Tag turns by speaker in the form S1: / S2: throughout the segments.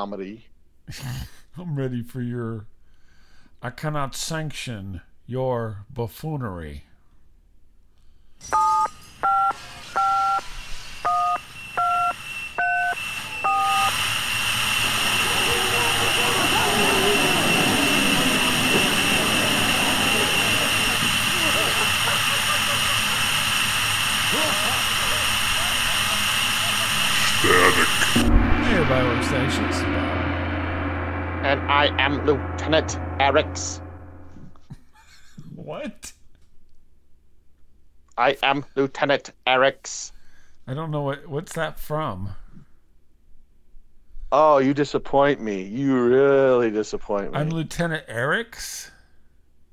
S1: comedy.
S2: I'm ready for your. I cannot sanction your buffoonery. Hey, everybody, workstations. This is Bob.
S1: And I am Lieutenant Eric's.
S2: What?
S1: I am Lieutenant Eric's.
S2: I don't know what. What's that from?
S1: Oh, you disappoint me. You really disappoint me.
S2: I'm Lieutenant Eric's.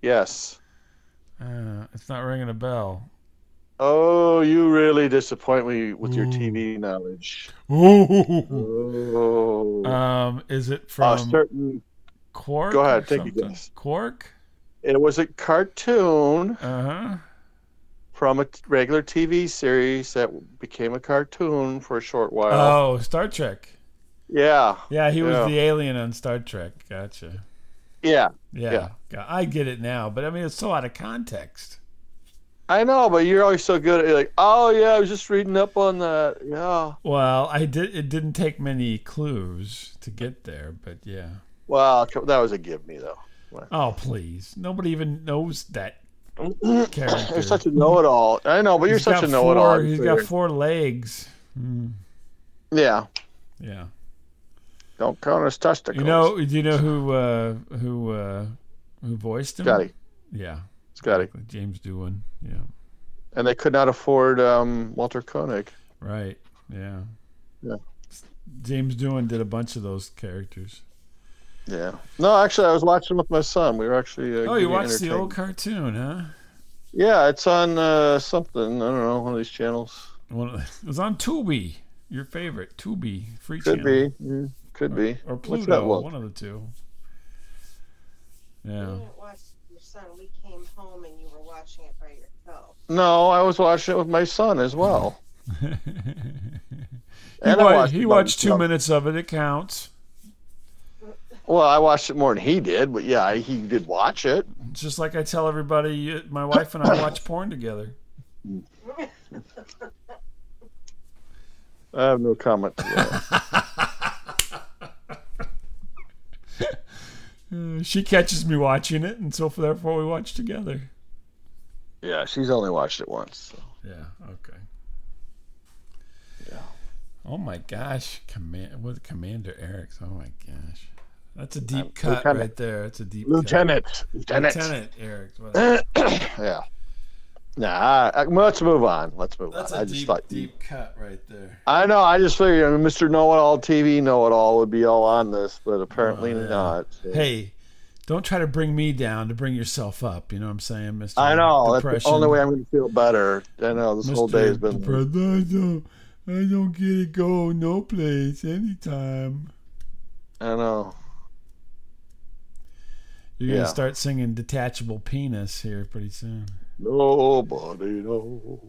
S1: yes.
S2: Uh, it's not ringing a bell.
S1: Oh, you really disappoint me with your TV knowledge.
S2: Ooh.
S1: Oh.
S2: Um, is it
S1: a
S2: from
S1: certain.
S2: Quark?
S1: go ahead,
S2: or
S1: take a
S2: something?
S1: guess.
S2: Quark.
S1: It was a cartoon
S2: Uh huh.
S1: from a t- regular TV series that became a cartoon for a short while.
S2: Oh, Star Trek.
S1: yeah.
S2: Yeah, he was
S1: Yeah.
S2: the alien on Star Trek. Gotcha.
S1: Yeah.
S2: Yeah,
S1: Yeah.
S2: Go- I get it now, but I mean, it's so out of context.
S1: I know, but you're always so good at you're like, oh yeah, I was just reading up on that. Yeah.
S2: Well, I did. It didn't take many clues to get there, but yeah.
S1: Well, c- that was a give me though.
S2: Oh, please! Nobody even knows that character.
S1: You're such a know-it-all. I know, but you're
S2: He's
S1: such
S2: got
S1: a know-it-all.
S2: four- He's got four legs. Hmm.
S1: Yeah.
S2: Yeah.
S1: Don't count his testicles.
S2: You know? Do you know who uh, who uh, who voiced him?
S1: Scotty,
S2: Yeah,
S1: Scotty,
S2: James Doohan. Yeah.
S1: and they could not afford um, Walter Koenig.
S2: Right. Yeah.
S1: Yeah.
S2: James Doohan did a bunch of those characters.
S1: Yeah. No, actually, I was watching with my son. We were actually. Uh,
S2: Oh, you
S1: getting
S2: watched the
S1: entertained.
S2: old cartoon, huh?
S1: Yeah, it's on uh, something. I don't know, one of these channels.
S2: One of the- it was on Tubi, your favorite Tubi free
S1: Could
S2: channel,
S1: be. Yeah, could be.
S2: or
S1: What's that
S2: Pluto,
S1: look?
S2: one of the two.
S3: You
S2: Yeah.
S3: didn't watch it with your son. We came home and you were watching it by yourself.
S1: No, I was watching it with my son as well.
S2: he
S1: And I
S2: wa-
S1: watched
S2: he
S1: it
S2: watched two
S1: myself.
S2: minutes of it. It counts.
S1: Well, I watched it more than he did, but yeah, I- he did watch it.
S2: It's just like I tell everybody, uh, my wife and I watch porn together.
S1: I have no comment. To that.
S2: Uh, She catches me watching it, and so for- therefore we watch together.
S1: yeah, she's only watched it once. so.
S2: Yeah. Okay. Oh my gosh, command what Commander Eric's. Oh my gosh, that's a deep cut
S1: Uh, Lieutenant.
S2: right there. That's a deep
S1: Lieutenant,
S2: cut.
S1: lieutenant.
S2: Lieutenant Eric's. whatever.
S1: yeah. Nah, I, I- let's move on. Let's move
S2: That's
S1: on.
S2: a
S1: I just
S2: deep,
S1: thought.
S2: deep cut right there.
S1: I know. I just figured I mean, Mr. Know It All TV Know It All would be all on this, but apparently
S2: Oh, yeah.
S1: not. so.
S2: Hey, don't try to bring me down to bring yourself up. You know what I'm saying, Mister?
S1: I know. That's the only way I'm going to feel better. I know this whole day has been.
S2: I don't, I don't get it. Go no place, anytime.
S1: I know.
S2: You're gonna
S1: Yeah.
S2: start singing "Detachable Penis" here pretty soon.
S1: Nobody knows.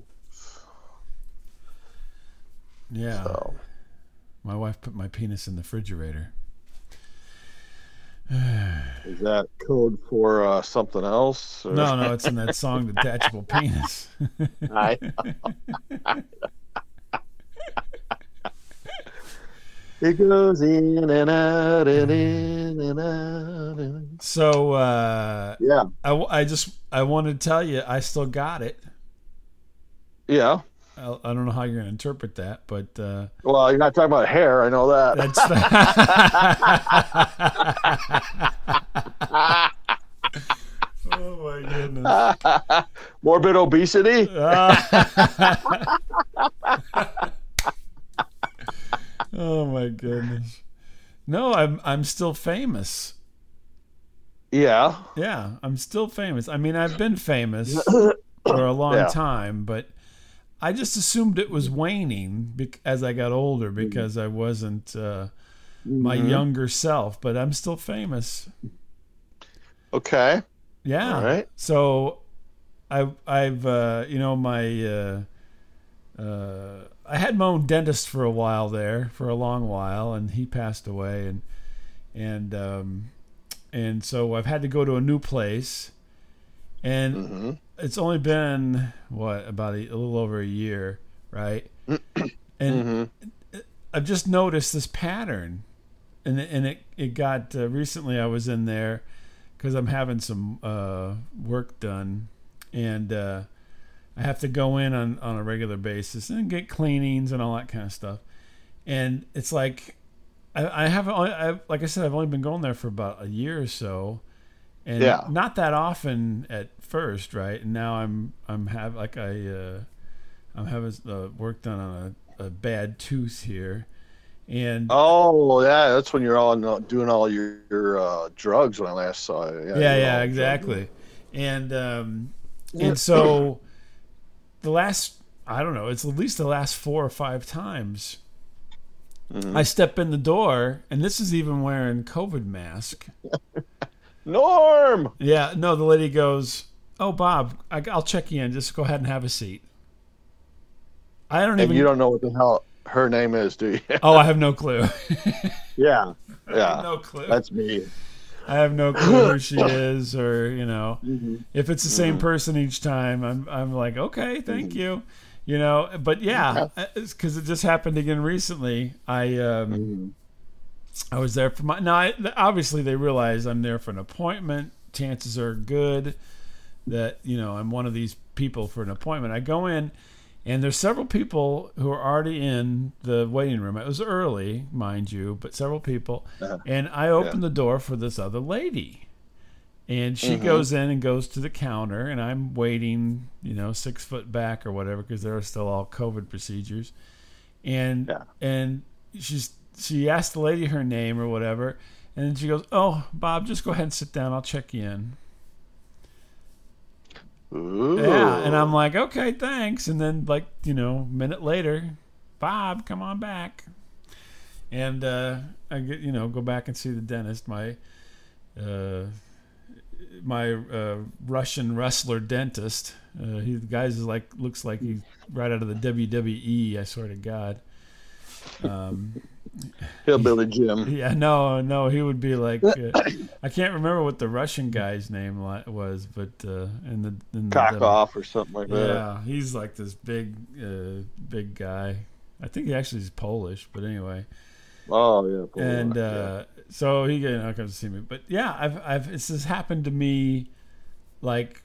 S2: Yeah.
S1: So.
S2: My wife put my penis in the refrigerator.
S1: Is that code for uh, something else? or-
S2: No, no, it's in that song, Detachable Penis.
S1: I, it goes in and out and in and out. And...
S2: so uh,
S1: Yeah,
S2: I, w- I just I wanted to tell you I still got it.
S1: yeah.
S2: I, I don't know how you're going to interpret that, but uh,
S1: Well, you're not talking about hair. I know that.
S2: that's. oh my goodness.
S1: Morbid obesity.
S2: Ah. oh my goodness. No, I'm I'm still famous.
S1: Yeah.
S2: Yeah, I'm still famous. I mean, I've been famous for a long
S1: Yeah.
S2: time, but I just assumed it was waning bec- as I got older because I wasn't uh, my
S1: Mm-hmm.
S2: younger self, but I'm still famous.
S1: Okay.
S2: Yeah.
S1: All right.
S2: So I I've uh, you know my uh, uh, I had my own dentist for a while there, for a long while, and he passed away, and and um, and so I've had to go to a new place, and it's only been what about a, a little over a year, right? and I've just noticed this pattern, and it- and it it got uh, recently. I was in there because I'm having some uh, work done, and uh, I have to go in on on a regular basis and get cleanings and all that kind of stuff. And it's like I, I have I, like I said I've only been going there for about a year or so, and
S1: Yeah.
S2: not that often at first, right? And now I'm I'm have like I. Uh, I'm having uh, work done on a, a bad tooth here, and
S1: Oh yeah, that's when you're all no- doing all your, your uh, drugs. When I last saw you.
S2: yeah,
S1: you're
S2: yeah,
S1: all
S2: exactly. And um, and so the last I don't know, it's at least the last four or five times
S1: Mm-hmm.
S2: I step in the door, and this is even wearing COVID mask.
S1: drugged. Norm.
S2: Yeah, no, the lady goes, "Oh, Bob, I, I'll check you in. Just go ahead and have a seat." I don't
S1: And
S2: even.
S1: you don't know what the hell her name is, do you?
S2: oh, I have no clue.
S1: yeah, yeah.
S2: no clue.
S1: That's me.
S2: I have no clue who she is, or you know, if it's the same person each time, I'm I'm like, okay, thank you, you know. But yeah, because it just happened again recently. I um,
S1: Mm-hmm.
S2: I was there for my now. I, obviously, they realize I'm there for an appointment. Chances are good that you know I'm one of these people for an appointment. I go in. And there's several people who are already in the waiting room. It was early, mind you, but several people. And I open the door for this other lady. And she goes in and goes to the counter, and I'm waiting, you know, six foot back or whatever, because there are still all COVID procedures. And
S1: Yeah.
S2: and she's she asked the lady her name or whatever, and then she goes, "Oh, Bob, just go ahead and sit down. I'll check you in."
S1: Ooh.
S2: Yeah, and I'm like, okay, thanks. And then like you know, a minute later, Bob, come on back. And uh, I get you know go back and see the dentist. My uh, my uh, Russian wrestler dentist. Uh, he the guy's is like looks like he's right out of the WWE. I swear to God. Um,
S1: hillbilly Jim.
S2: yeah, no, no, he would be like uh, I can't remember what the Russian guy's name li- was, but uh, in the in the E
S1: Cock off or something like that.
S2: yeah, he's like this big, uh, big guy. I think he actually is Polish, but anyway.
S1: Oh yeah. boy,
S2: and
S1: yeah.
S2: uh, so he you know, comes to see me, but yeah, I've, I've this has happened to me like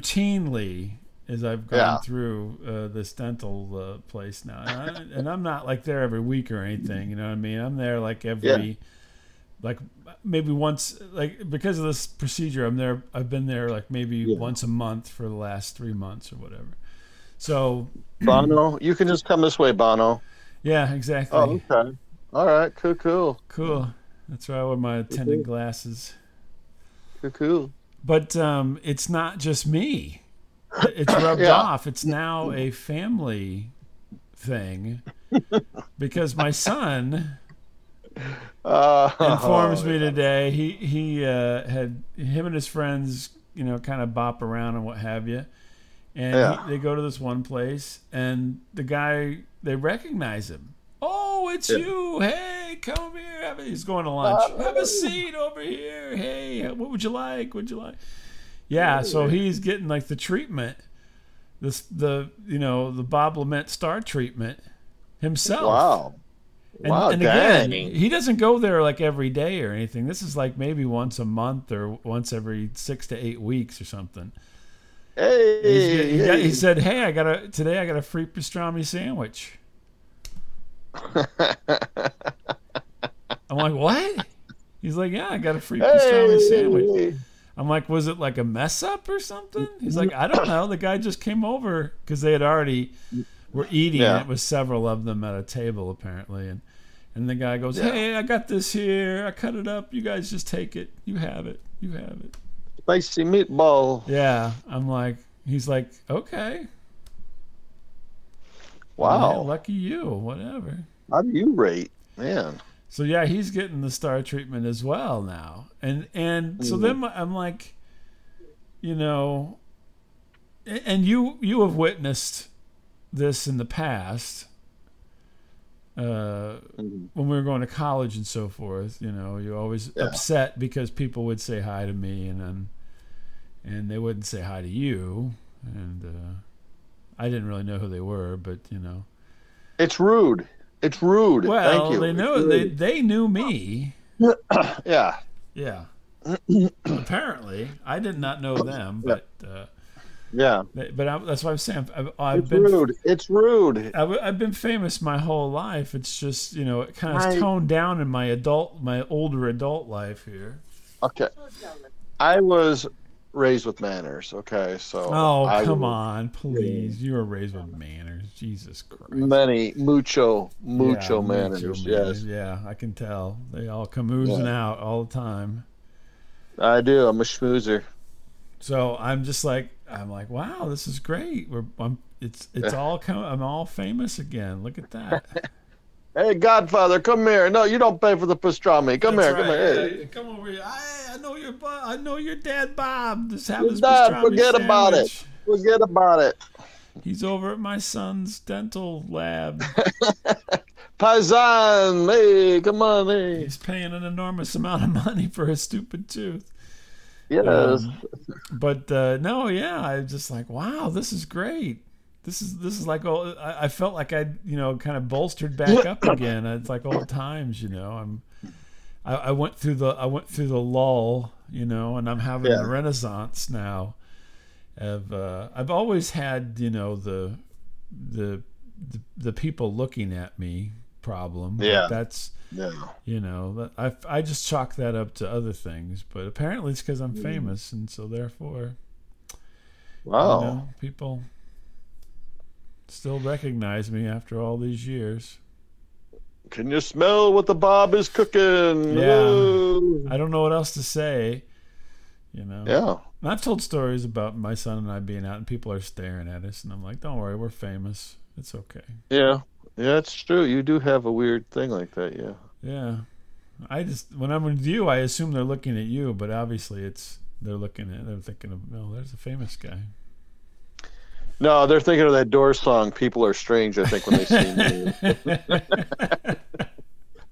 S2: routinely as I've gone
S1: Yeah.
S2: through uh, this dental uh, place now, and, I, and I'm not like there every week or anything. You know what I mean? I'm there like every.
S1: Yeah.
S2: Like maybe once, like because of this procedure, I'm there. I've been there like maybe once a month for the last three months or whatever. So
S1: Bono, you can just come this way, Bono.
S2: yeah, exactly.
S1: Oh, okay. All right. Cool, cool,
S2: Cool. That's why I wear my attendant glasses.
S1: cool, cool.
S2: But um, it's not just me. It's rubbed
S1: Yeah.
S2: off. It's now a family thing because my son
S1: Uh,
S2: informs me today he he uh, had him and his friends you know kind of bop around and what have you and he-
S1: Yeah.
S2: they go to this one place and the guy they recognize him oh it's you hey come here have a, he's going to lunch have a seat over here hey what would you like would you like yeah so he's getting like the treatment this the you know the bob lament star treatment himself
S1: Wow.
S2: and,
S1: Wow,
S2: and again,
S1: dang.
S2: he doesn't go there like every day or anything. This is like maybe once a month or once every six to eight weeks or something.
S1: Hey.
S2: He's get- he, got-
S1: hey.
S2: he said, "Hey, I got a today. I got a free pastrami sandwich." I'm like, "What?" He's like, "Yeah, I got a free pastrami sandwich."
S1: Hey.
S2: I'm like, was it like a mess up or something? He's like, I don't know. The guy just came over because they had already were eating.
S1: Yeah.
S2: It was several of them at a table apparently, and and the guy goes,
S1: Yeah.
S2: Hey, I got this here. I cut it up. You guys just take it. You have it. You have it.
S1: Spicy meatball.
S2: Yeah. I'm like, he's like, okay. man,
S1: Wow.
S2: lucky you. Whatever.
S1: How do you rate? Man.
S2: So yeah, he's getting the star treatment as well now, and and so
S1: Mm-hmm.
S2: then I'm like, you know, a- and you you have witnessed this in the past uh, when we were going to college and so forth, you know, you're always
S4: Yeah.
S2: upset because people would say hi to me and then and they wouldn't say hi to you, and uh, I didn't really know who they were, but you know,
S1: It's rude. It's rude.
S2: well,
S1: Thank you.
S2: they know they they knew me,
S1: Yeah.
S2: yeah. Apparently, I did not know them, but uh,
S1: Yeah.
S2: they, but I, that's what I'm saying. I've, I've
S1: It's
S2: been
S1: rude. It's rude.
S2: I've, I've been famous my whole life. It's just you know, it kind of
S1: Right.
S2: toned down in my adult, my older adult life here.
S1: Okay.
S3: So dumb.
S1: I was raised with manners. Okay. So.
S2: Oh,
S1: I
S2: come
S1: was
S2: on, please! You were raised with manners, Jesus Christ.
S1: Many mucho mucho
S2: Yeah,
S1: manners. Yes,
S2: yeah, I can tell. They all come oozing out all the time.
S1: I do. I'm a schmoozer.
S2: So I'm just like, I'm like, wow, this is great. We're, I'm, it's, it's all come. I'm all famous again. Look at that.
S1: Hey, Godfather, come here. No, you don't pay for the pastrami. Come
S2: That's
S1: here. Come
S2: right.
S1: here.
S2: Hey, come over here. I, I know your, Bo- I know your dad, Bob. Just have his
S1: Dad,
S2: pastrami
S1: forget about it.
S2: sandwich.
S1: Forget about it.
S2: He's over at my son's dental lab.
S1: Paisan, hey, come on, hey.
S2: He's paying an enormous amount of money for his stupid tooth.
S1: Yes.
S2: Um, but uh, no, yeah, I was just like, wow, this is great. This is this is like all I, I felt like I you know kind of bolstered back up again. It's like old times, you know. I'm I, I went through the I went through the lull, you know, and I'm having
S1: Yeah.
S2: a renaissance now. Of uh, I've always had you know the the the, the people looking at me problem. but
S1: Yeah.
S2: that's
S1: yeah.
S2: you know that- I I just chalk that up to other things, but apparently it's because I'm
S1: Mm.
S2: famous, and so therefore
S1: Wow. Oh.
S2: you know, people still recognize me after all these years.
S1: Can you smell what the Bob is cooking?
S2: Yeah.
S1: Ooh.
S2: I don't know what else to say. You know,
S1: Yeah.
S2: And I've told stories about my son and I being out, and people are staring at us, and I'm like, "Don't worry, we're famous. It's okay."
S1: Yeah. Yeah, it's true. You do have a weird thing like that. Yeah.
S2: Yeah, I just when I'm with you, I assume they're looking at you, but obviously it's they're looking at they're thinking of no, there's a famous guy.
S1: No, they're thinking of that Doors song. People are strange. I think when they see me.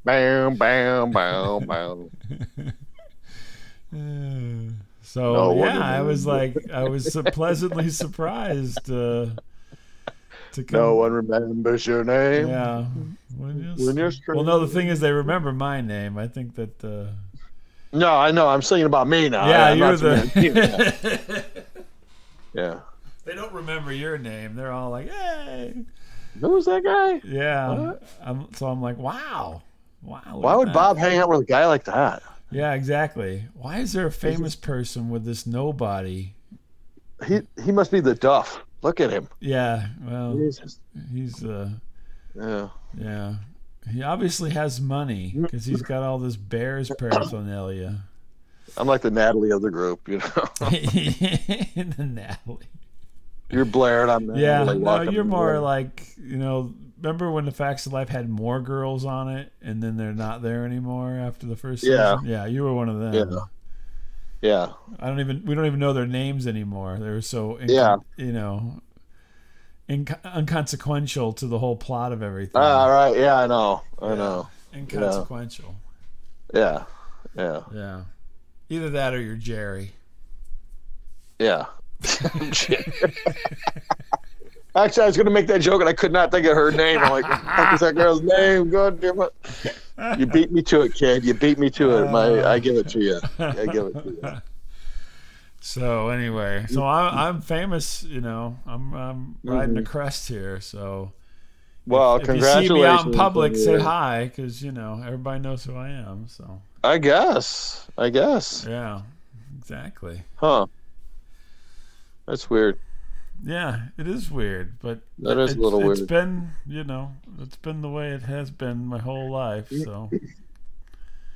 S1: bam, bam, bam, bam.
S2: Uh, so
S1: No wonder
S2: yeah, I
S1: we-
S2: was like, I was su- pleasantly surprised uh, to come.
S1: No one remembers your name.
S2: Yeah. When you-
S1: When you're
S2: well, no, the thing is, they remember my name. I think that. Uh,
S1: No, I know. I'm singing about me now.
S2: yeah,
S1: I'm
S2: you're
S1: not singing-
S2: the.
S1: yeah.
S2: they don't remember your name. They're all like, "Hey,
S1: Who was that guy?
S2: yeah." I'm, so I'm like, "Wow, wow." look
S1: Why
S2: at
S1: would
S2: that."
S1: Bob hang out with a guy like that?
S2: Yeah, exactly. Why is there a famous person with this nobody?
S1: He he must be the Duff. Look at him.
S2: Yeah, well, he's uh,
S1: Yeah.
S2: Yeah. He obviously has money because he's got all this Bears paraphernalia.
S1: I'm like the Natalie of the group, you know.
S2: and then Natalie.
S1: you're blaring on that.
S2: Yeah, no, you're more like, you know, remember when The Facts of Life had more girls on it and then they're not there anymore after the first
S1: Yeah.
S2: season? Yeah, you were one of them.
S1: Yeah. Yeah.
S2: I don't even, we don't even know their names anymore. They were so, inc-
S1: Yeah.
S2: you know, inc- unconsequential to the whole plot of everything.
S1: Ah, All right. Yeah, I know. I know.
S2: inconsequential.
S1: Yeah. Yeah.
S2: yeah. Either that or you're Jerry.
S1: Yeah. Shit. Actually, I was going to make that joke and I could not think of her name. I'm like, what the fuck is that girl's name? God damn it. You beat me to it, kid. You beat me to it. My, I give it to you. I give it to you.
S2: So anyway, so I, I'm famous. You know, I'm, I'm riding a crest here. So
S1: Mm-hmm. Well,
S2: if you
S1: congratulations.
S2: see me out in public,
S1: to
S2: say
S1: you.
S2: hi, because you know everybody knows who I am. So
S1: I guess. I guess.
S2: yeah, exactly.
S1: Huh. That's weird.
S2: Yeah, it is weird, but
S1: That is a
S2: it's-
S1: little
S2: It's
S1: weird.
S2: been, you know, it's been the way it has been my whole life. So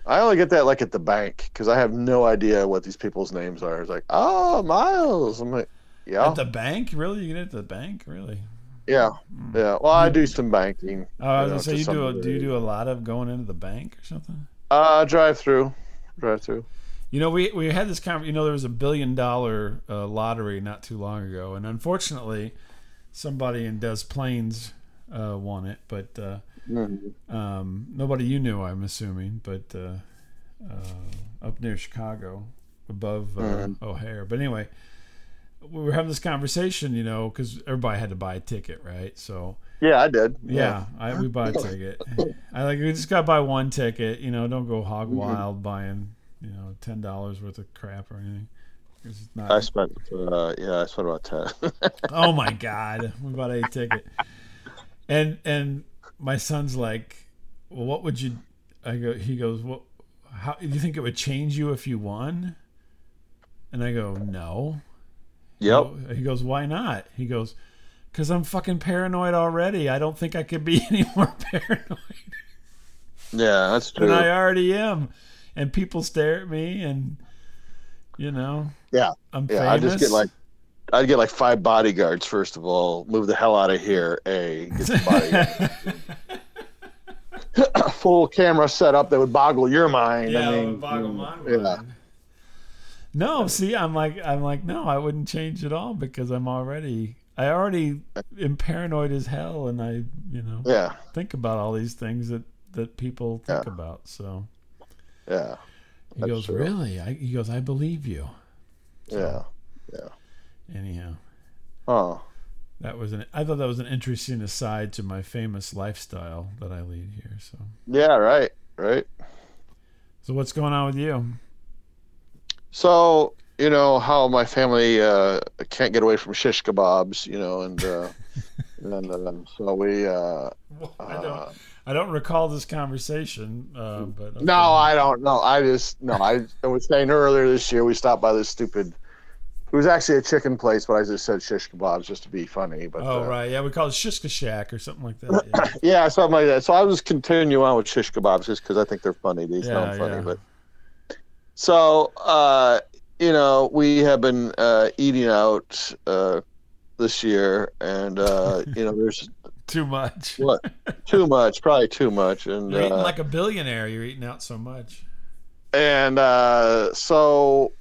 S1: I only get that like at the bank because I have no idea what these people's names are. It's like, oh, Miles. I'm like, yeah,
S2: at the bank, really, you get it at the bank, really.
S1: yeah,
S2: Mm.
S1: yeah. Well, I do some banking.
S2: Oh, I was
S1: know,
S2: gonna say
S1: to
S2: you
S1: some
S2: do. A, do you
S1: degree.
S2: do a lot of going into the bank or something?
S1: Uh, drive through, drive through.
S2: You know, we we had this conversation. You know, there was a billion dollar uh, lottery not too long ago, and unfortunately, somebody in Des Plaines uh, won it, but uh,
S1: Mm-hmm.
S2: um, nobody you knew, I'm assuming, but uh, uh, up near Chicago, above uh,
S1: Mhm.
S2: O'Hare. But anyway, we were having this conversation, you know, because everybody had to buy a ticket, right? So
S1: Yeah, I did.
S2: yeah, I, we bought a ticket. I like we just got to buy one ticket, you know. Don't go hog wild buying, you know, ten dollars worth of crap or anything. 'Cause It's not
S1: I spent. Uh, yeah, I spent about ten.
S2: oh my god we bought a ticket and and my son's like well what would you i go he goes what how do you think it would change you if you won and i go no
S1: yep.
S2: he goes why not he goes because i'm fucking paranoid already i don't think i could be any more paranoid
S1: Yeah, that's true.
S2: than i already am and people stare at me and you know
S1: Yeah.
S2: i'm
S1: Yeah, I
S2: famous
S1: just get like, I'd get like five bodyguards first of all. Move the hell out of here. A get the bodyguards. a full camera setup that would boggle your mind.
S2: Yeah,
S1: I
S2: it would
S1: mean,
S2: boggle
S1: mm,
S2: my
S1: yeah.
S2: mind. No, see, I'm like, I'm like, no, I wouldn't change at all because I'm already, I already am paranoid as hell, and I, you know,
S1: Yeah,
S2: think about all these things that that people think about. So
S1: yeah,
S2: he
S1: That's
S2: goes,
S1: true.
S2: really? I, he goes, I believe you.
S1: yeah.
S2: Anyhow,
S1: Oh,
S2: that was an, I thought that was an interesting aside to my famous lifestyle that I lead here. So,
S1: yeah, right, right.
S2: so what's going on with you?
S1: So you know how my family uh, can't get away from shish kebabs, you know, and uh, and, and so we. Uh,
S2: I
S1: uh,
S2: don't, I don't recall this conversation, uh, but
S1: No, I don't know. I just no. I, I was saying earlier this year we stopped by this stupid. It was actually a chicken place, but I just said shish kebabs just to be funny. But
S2: Oh
S1: uh,
S2: right, yeah, we call it Shishka Shack or something like that. Yeah.
S1: yeah, something like that. So I was continuing on with shish kebabs just because I think they're funny. These
S2: Yeah,
S1: sound funny,
S2: yeah.
S1: but so uh, you know we have been uh, eating out uh, this year, and uh, you know there's
S2: Too much.
S1: what too much, probably too much, and
S2: You're eating
S1: uh,
S2: like a billionaire. You're eating out so much.
S1: and uh, so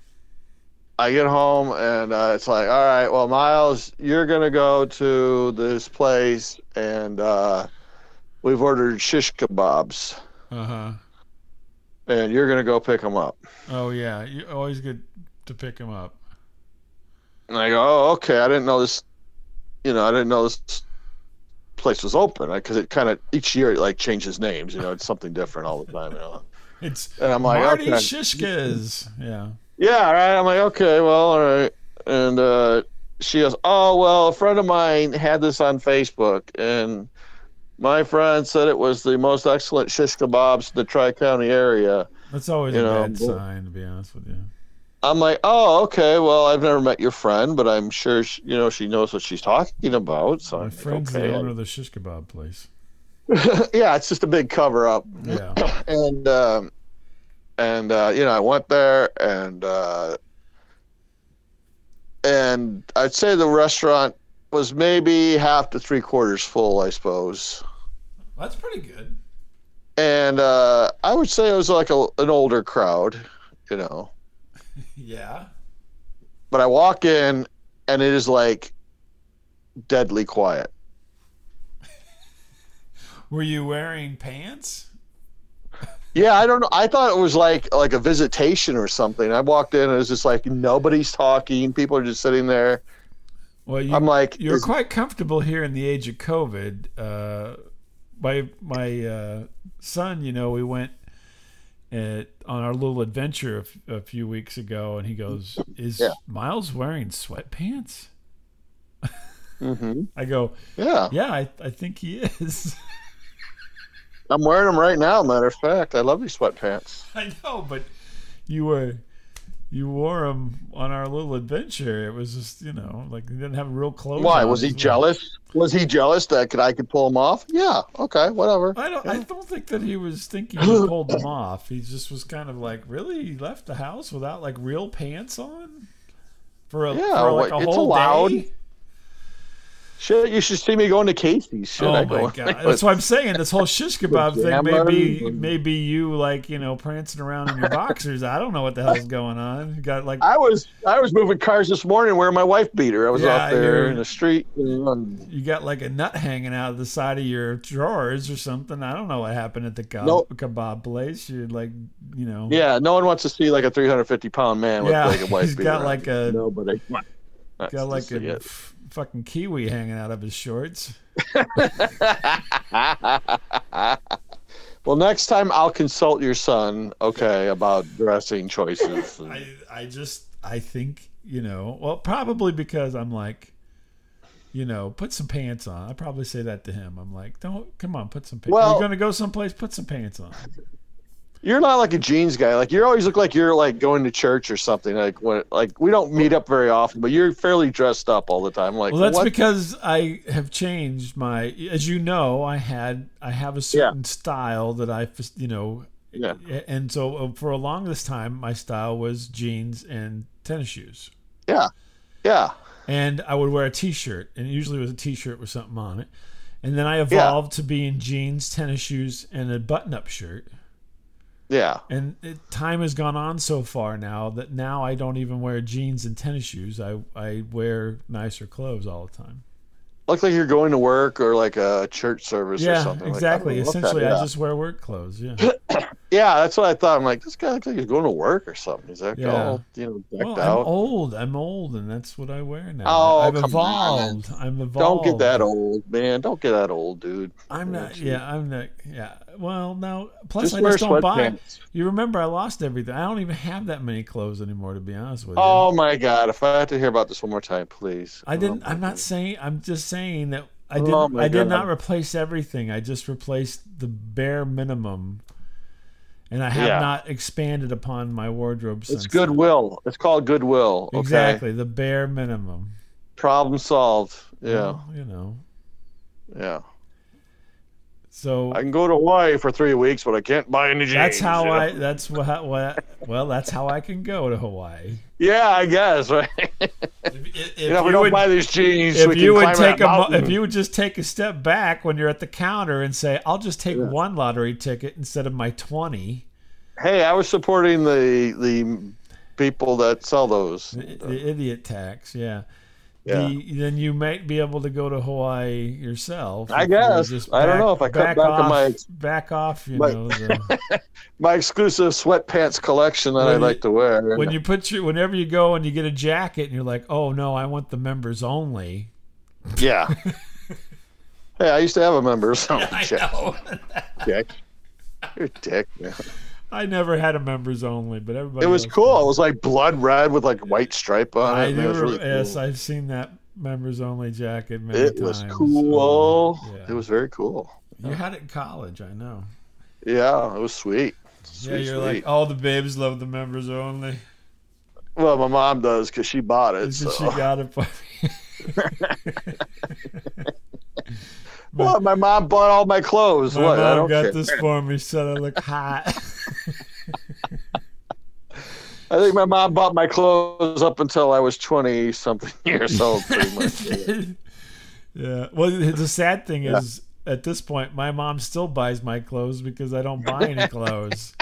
S1: I get home and uh, it's like, all right, well, Miles, you're gonna go to this place, and uh, we've ordered shish kebabs,
S2: Uh huh.
S1: and you're gonna go pick them up.
S2: Oh yeah, you always good to pick him up.
S1: And I go, oh, okay, I didn't know this, you know, I didn't know this place was open because it kind of each year it like changes names, you know, it's something different all the time, you know.
S2: It's
S1: And I'm like,
S2: Marty
S1: okay.
S2: Shishkas. Yeah.
S1: yeah, all right. I'm like, okay, well, all right. And uh, she goes, oh, well, a friend of mine had this on Facebook, and my friend said it was the most excellent shish kebabs in the Tri County area.
S2: That's always
S1: You
S2: a
S1: know,
S2: bad
S1: but-
S2: sign, to be honest with you.
S1: I'm like, oh, okay, well, I've never met your friend, but I'm sure she, you know she knows what she's talking about. So
S2: My
S1: I'm
S2: friend's
S1: like,
S2: the owner
S1: okay.
S2: of the shish kebab place.
S1: yeah, it's just a big cover up.
S2: Yeah.
S1: and um, and uh, you know I went there and uh, and I'd say the restaurant was maybe half to three quarters full, I suppose.
S2: That's pretty good.
S1: And uh, I would say it was like a, an older crowd, you know.
S2: Yeah.
S1: But I walk in and it is like deadly quiet.
S2: Were you wearing pants?
S1: Yeah, I don't know. I thought it was like like a visitation or something. I walked in and it was just like nobody's talking. People are just sitting there.
S2: Well, you,
S1: I'm like,
S2: you're
S1: is-
S2: quite comfortable here in the age of COVID. Uh, my my uh, son, you know, we went at, on our little adventure a, f- a few weeks ago, and he goes, "Is
S1: Yeah.
S2: Miles wearing sweatpants?"
S1: Mhm.
S2: I go,
S1: yeah.
S2: "Yeah, I, I think he is."
S1: I'm wearing them right now. Matter of fact, I love these sweatpants.
S2: I know, but you were you wore him on our little adventure. It was just you know, like he didn't have real clothes.
S1: Why
S2: on.
S1: was he
S2: It's like-
S1: jealous? Was he jealous that could I could pull them off? Yeah. Okay. Whatever.
S2: I don't. I don't think that he was thinking he pulled them off. He just was kind of like, really, he left the house without like real pants on for a
S1: Yeah,
S2: for like
S1: well,
S2: a
S1: it's
S2: whole
S1: allowed.
S2: day.
S1: Shit, you should see me going to Casey's. Shit,
S2: oh
S1: I go
S2: my god! That's what I'm saying. This whole shish kebab thing
S1: Jammer.
S2: maybe maybe you like you know prancing around in your boxers. I don't know what the hell's going on. You got like
S1: I was I was moving cars this morning where my wife beat her. I was
S2: Yeah,
S1: out there
S2: you're-
S1: in the street. and-
S2: you got like a nut hanging out of the side of your drawers or something. I don't know what happened at the keb-
S1: No.
S2: kebab place. You like you know
S1: Yeah, no one wants to see like a 350 pound man with
S2: Yeah,
S1: like a wife
S2: he's
S1: beater.
S2: got like a
S1: nobody.
S2: got like a f- fucking kiwi hanging out of his shorts.
S1: well, next time I'll consult your son, okay, about dressing choices. and-
S2: I I just I think you know well probably because I'm like. You know, put some pants on. I probably say that to him. I'm like, don't come on, put some pants.
S1: Well-
S2: You're gonna go someplace, put some pants on.
S1: You're not like a jeans guy. Like you always look like you're like going to church or something. Like when like we don't meet up very often, but you're fairly dressed up all the time. Like
S2: Well, that's
S1: what?
S2: because I have changed my. As you know, I had I have a certain style that I, f- you know,
S1: Yeah.
S2: a- and so uh, for a long this time, my style was jeans and tennis shoes,
S1: yeah,
S2: and I would wear a T-shirt, and it usually was a T-shirt with something on it, and then I evolved to being jeans, tennis shoes, and a button-up shirt.
S1: yeah.
S2: And it, time has gone on so far now that now I don't even wear jeans and tennis shoes. I I wear nicer clothes all the time.
S1: Look like you're going to work or like a church service or
S2: yeah,
S1: something. Like,
S2: exactly.
S1: look at
S2: Essentially,
S1: it.
S2: I
S1: Yeah.
S2: just wear work clothes. Yeah.
S1: yeah, that's what I thought. I'm like, this guy looks like he's going to work or something. He's like
S2: Yeah.
S1: all you know decked
S2: well, I'm
S1: out.
S2: old. I'm old, and that's what I wear now.
S1: Oh,
S2: I've
S1: come on.
S2: evolved. I'm
S1: Don't
S2: evolved.
S1: get that old, man. Don't get that old, dude.
S2: I'm not.
S1: Gee.
S2: Yeah, I'm not. Yeah. Well, now plus
S1: Just
S2: I
S1: wear
S2: just don't buy.
S1: sweatpants.
S2: You remember I lost everything. I don't even have that many clothes anymore. To be honest with you.
S1: Oh my god! If I had to hear about this one more time, please.
S2: I didn't.
S1: Oh,
S2: I'm
S1: my
S2: not saying. I'm just saying that I
S1: Oh
S2: didn't.
S1: my
S2: I
S1: God.
S2: did not replace everything. I just replaced the bare minimum, and I have
S1: Yeah.
S2: not expanded upon my wardrobe.
S1: It's
S2: since then.
S1: goodwill. It's called goodwill. Okay.
S2: Exactly, the bare minimum.
S1: Problem solved. Yeah.
S2: Well, you know.
S1: Yeah.
S2: So
S1: I can go to Hawaii for three weeks, but I can't buy any jeans.
S2: that's how
S1: you know?
S2: I. That's what. what well, that's how I can go to Hawaii.
S1: Yeah, I guess. Right.
S2: If, if
S1: you know, if we
S2: you
S1: don't
S2: would,
S1: buy these jeans,
S2: if
S1: we
S2: you
S1: can climb
S2: would take
S1: that
S2: a, mo-
S1: mountain.
S2: if you would just take a step back when you're at the counter and say, "I'll just take one lottery ticket instead of my 20.
S1: Hey, I was supporting the the people that sell those.
S2: The, the idiot tax, yeah.
S1: Yeah.
S2: The, then you might be able to go to Hawaii yourself.
S1: I
S2: if you
S1: guess.
S2: just
S1: I don't know if I cut back on
S2: off,
S1: my-
S2: back off. You
S1: my-
S2: know, the,
S1: My exclusive sweatpants collection that
S2: When
S1: I
S2: you-
S1: like to wear.
S2: when you put your whenever you go and you get a jacket and you're like, oh no, I want the members only.
S1: yeah. hey, I used to have a member. So Jack,
S2: know.
S1: Jack, you're a dick, man.
S2: Oh, I never had a members only, but everybody.
S1: It was
S2: else
S1: cool.
S2: did.
S1: It was like blood red with like white stripe on it.
S2: I
S1: and
S2: do.
S1: it was really cool.
S2: Yes, I've seen that members only jacket many
S1: It
S2: times.
S1: was cool.
S2: Uh, yeah.
S1: It was very cool.
S2: You had it in college, I know.
S1: Yeah, it was sweet.
S2: yeah,
S1: Sweet,
S2: you're
S1: sweet.
S2: like all the babes love the members only.
S1: Well, my mom does because she bought it.
S2: It's
S1: So.
S2: just she got it for me.
S1: Well, my mom bought all my clothes.
S2: My
S1: what? I
S2: mom
S1: don't
S2: got
S1: care.
S2: this for me. Said I look hot.
S1: I think my mom bought my clothes up until I was twenty something years old. Pretty much.
S2: yeah. Well, the the sad thing is, at this point, my mom still buys my clothes because I don't buy any clothes.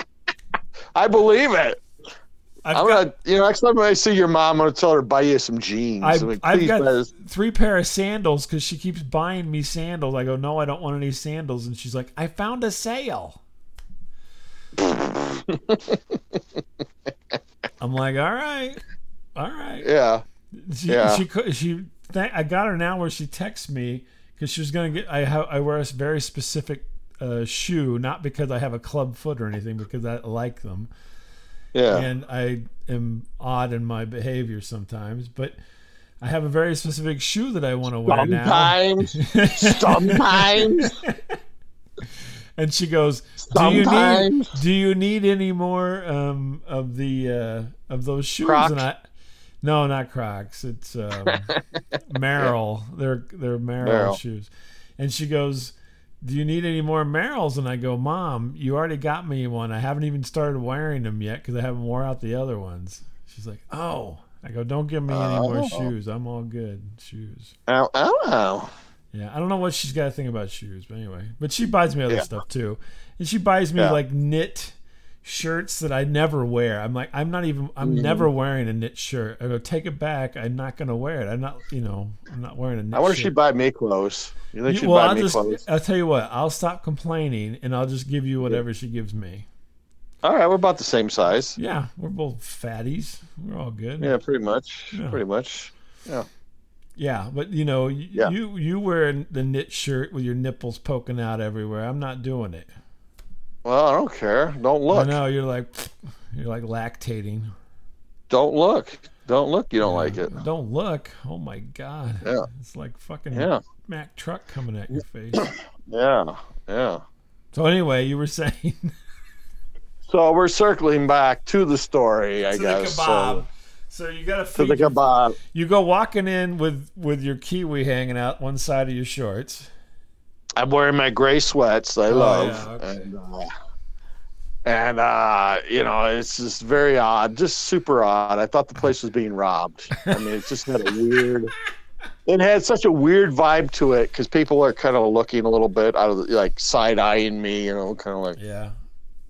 S1: I believe it.
S2: I've
S1: I'm
S2: got,
S1: gonna, you know, next time I see your mom, I'm gonna tell her to buy you some jeans.
S2: I've,
S1: I'm like,
S2: I've
S1: please
S2: got
S1: buy this-
S2: three pair of sandals because she keeps buying me sandals. I go, no, I don't want any sandals, and she's like, I found a sale. I'm like, all right, all right.
S1: Yeah,
S2: She,
S1: Yeah.
S2: she cou- she thank, I got her now where she texts me because she was gonna get. I ha- I wear a very specific uh, shoe, not because I have a club foot or anything, because I like them,
S1: yeah,
S2: and I am odd in my behavior sometimes. But I have a very specific shoe that I want to wear
S1: Sometimes,
S2: now.
S1: sometimes.
S2: and she goes, "Do you need
S1: Sometimes.
S2: do you need any more um, of the uh, of those shoes?"
S1: Crocs?
S2: And I, no, not Crocs. It's um, Merrill. They're they're Merrill,
S1: Merrell.
S2: shoes. And she goes, "Do you need any more Merrills?" And I go, "Mom, you already got me one. I haven't even started wearing them yet because I haven't wore out the other ones." She's like, "Oh." I go, don't give me any
S1: Oh.
S2: more shoes. I'm all good. Shoes.
S1: Ow, ow, ow.
S2: Yeah, I don't know what she's got to think about shoes, but anyway. But she buys me other
S1: Yeah.
S2: stuff too, and she buys me
S1: Yeah.
S2: like knit shirts that I never wear. I'm like, I'm not even. I'm
S1: Mhm.
S2: never wearing a knit shirt. I go, take it back. I'm not gonna wear it. I'm not. You know, I'm not wearing a knit.
S1: I wonder if
S2: shirt.
S1: she'd buy me clothes. You think
S2: You-
S1: she'd
S2: well,
S1: buy
S2: I'll
S1: me
S2: just.
S1: clothes?
S2: I'll tell you what. I'll stop complaining, and I'll just give you whatever she gives me.
S1: All right, we're about the same size.
S2: Yeah, we're both fatties. We're all good.
S1: Yeah, pretty much.
S2: Yeah.
S1: Pretty much.
S2: Yeah, but you know, y
S1: Yeah.
S2: you you wear the knit shirt with your nipples poking out everywhere. I'm not doing it.
S1: Well, I don't care. Don't
S2: I
S1: look.
S2: know you're like you're like lactating.
S1: Don't look. Don't look. You don't like it.
S2: Don't look. Oh my god.
S1: Yeah.
S2: It's like fucking
S1: Yeah.
S2: Mack truck coming at your face.
S1: Yeah. Yeah.
S2: so anyway, you were saying
S1: So we're circling back to the story, I
S2: to
S1: guess.
S2: the kebab. So, you gotta
S1: So, to
S2: feed
S1: the kebab.
S2: you go walking in with with your kiwi hanging out one side of your shorts.
S1: I'm wearing my gray sweats. I
S2: Oh,
S1: love.
S2: yeah, okay.
S1: And, uh, and uh, you know, it's just very odd, just super odd. I thought the place was being robbed. I mean, it just had a weird. It had such a weird vibe to it because people are kind of looking a little bit out of the, like side eyeing me, you know, kind of like
S2: Yeah.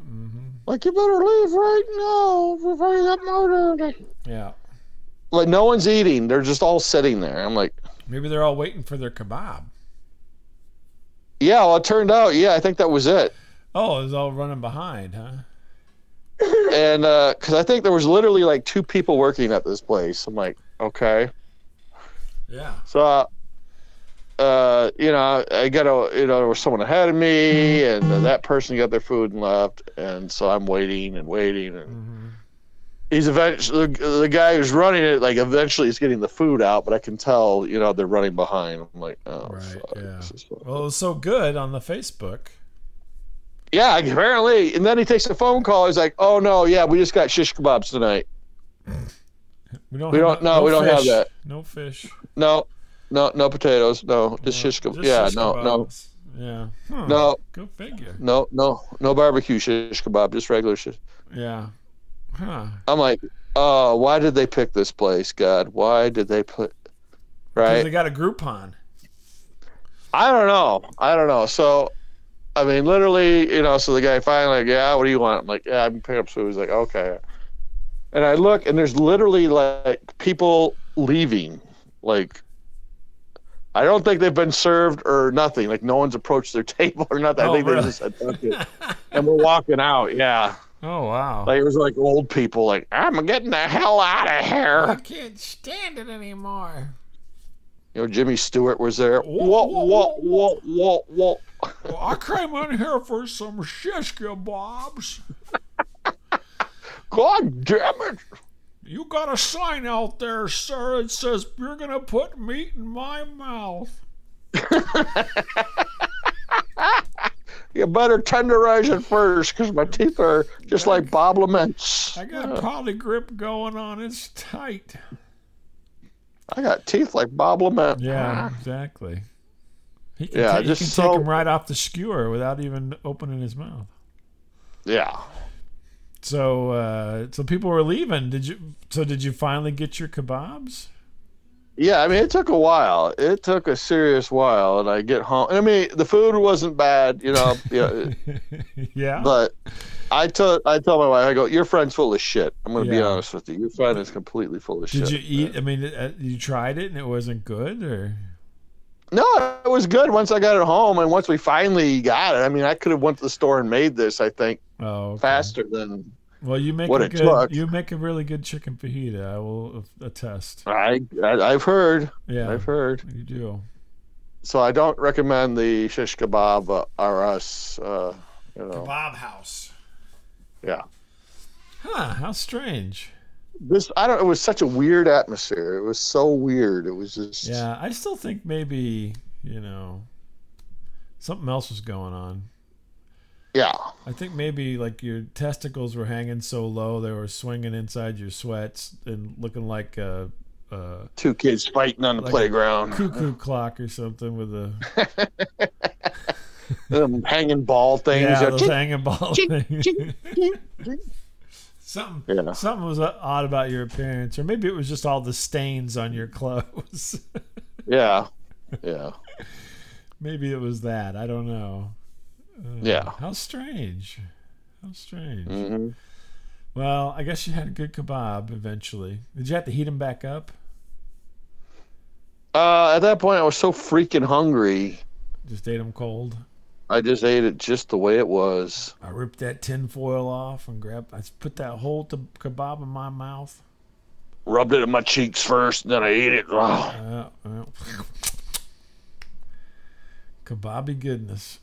S2: hmm
S1: like you better leave right now before you get murdered.
S2: Yeah.
S1: Like no one's eating; they're just all sitting there. I'm like,
S2: Maybe they're all waiting for their kebab.
S1: yeah. Well, it turned out, yeah, I think that was it.
S2: Oh, it's all running behind, huh?
S1: and because I think there was literally like two people working at this place. I'm like, okay,
S2: Yeah.
S1: so uh, uh, you know, I got a you know, there was someone ahead of me, and that person got their food and left, and so I'm waiting and waiting, and
S2: Mhm.
S1: he's eventually the, the guy who's running it. Like eventually, he's getting the food out, but I can tell you know they're running behind. I'm like, oh,
S2: Right,
S1: fuck,
S2: yeah.
S1: this is fuck.
S2: Well, it was so good on the Facebook.
S1: yeah, apparently, and then he takes a phone call. He's like, oh no, yeah, we just got shish kebabs tonight.
S2: We don't.
S1: We
S2: have
S1: don't- no, we don't have
S2: fish.
S1: that.
S2: No fish.
S1: No, no, no potatoes. No, just
S2: Yeah,
S1: shish kebab.
S2: just
S1: Yeah,
S2: shish
S1: no, no,
S2: kebabs. Yeah. Huh.
S1: no,
S2: Go figure.
S1: no, no, no barbecue shish kebab. Just regular shish.
S2: Yeah. Huh.
S1: I'm like, oh, why did they pick this place, God? Why did they put?
S2: 'Cause
S1: Right?
S2: They got a Groupon.
S1: I don't know. I don't know. So, I mean, literally, you know. So the guy finally, like, yeah, what do you want? I'm like, yeah, I'm picking up food. He's like, okay. And I look, and there's literally like people leaving, like. I don't think they've been served or nothing. Like no one's approached their table or nothing.
S2: Oh,
S1: I think
S2: really?
S1: they just attacked it. and we're walking out. Yeah,
S2: Oh wow.
S1: like it was like old people. Like I'm getting the hell out of
S2: I
S1: here.
S2: can't stand it anymore.
S1: You know, Jimmy Stewart was there.
S2: Whoa,
S1: Whoa,
S2: whoa,
S1: whoa, whoa, whoa, whoa.
S2: Well, I came in here for some shish kebabs.
S1: God damn it!
S2: You got a sign out there, sir, that says you're gonna put meat in my mouth.
S1: You better tenderize it first, because my teeth are just like Uh, Bob Laments.
S2: I got polygrip going on. It's tight.
S1: I got teeth like Bob Lament.
S2: Yeah, exactly. He can,
S1: Ah. Yeah,
S2: ta-
S1: just
S2: he can
S1: so-
S2: take him right off the skewer without even opening his mouth.
S1: yeah.
S2: So, uh, so people were leaving. Did you? So, did you finally get your kebabs?
S1: Yeah, I mean, it took a while. It took a serious while, and I get home. I mean, the food wasn't bad, you know. Yeah,
S2: yeah.
S1: but I told I tell my wife, I go, your friend's full of shit. I'm gonna be
S2: Yeah.
S1: honest with you. Your friend is completely full of shit.
S2: did you eat? I mean, uh, you tried it and it wasn't good, or
S1: No, it was good once I got it home, and once we finally got it. I mean, I could have went to the store and made this. I think
S2: oh, okay.
S1: faster than
S2: Well, you make
S1: what
S2: a
S1: it
S2: good.
S1: took.
S2: You make a really good chicken fajita. I will attest.
S1: I, I I've heard.
S2: Yeah,
S1: I've heard.
S2: you do.
S1: So I don't recommend the shish kebab uh, or us. Uh, you know,
S2: Kebab house.
S1: yeah.
S2: Huh? How strange.
S1: This I don't. It was such a weird atmosphere. It was so weird. It was just.
S2: Yeah, I still think maybe you know something else was going on.
S1: Yeah.
S2: I think maybe like your testicles were hanging so low they were swinging inside your sweats and looking like a, a
S1: Two kids fighting on the
S2: Like a
S1: playground,
S2: cuckoo clock or something with a
S1: Them hanging ball things.
S2: yeah,
S1: you know,
S2: those
S1: ching,
S2: hanging ball
S1: ching,
S2: thing.
S1: ching, ching, ching.
S2: Something,
S1: Yeah.
S2: something was odd about your appearance, or maybe it was just all the stains on your clothes.
S1: Yeah. Yeah.
S2: maybe it was that. I don't know. Uh,
S1: Yeah.
S2: How strange. How strange.
S1: hmm
S2: Well, I guess you had a good kebab eventually. Did you have to heat them back up?
S1: Uh, at that point, I was so freaking hungry.
S2: Just ate them cold.
S1: I just ate it just the way it was.
S2: I ripped that tin foil off and grabbed. I put that whole t- kebab in my mouth.
S1: Rubbed it in my cheeks first, and then I ate it. Oh, Ugh.
S2: Uh, uh, kebaby goodness.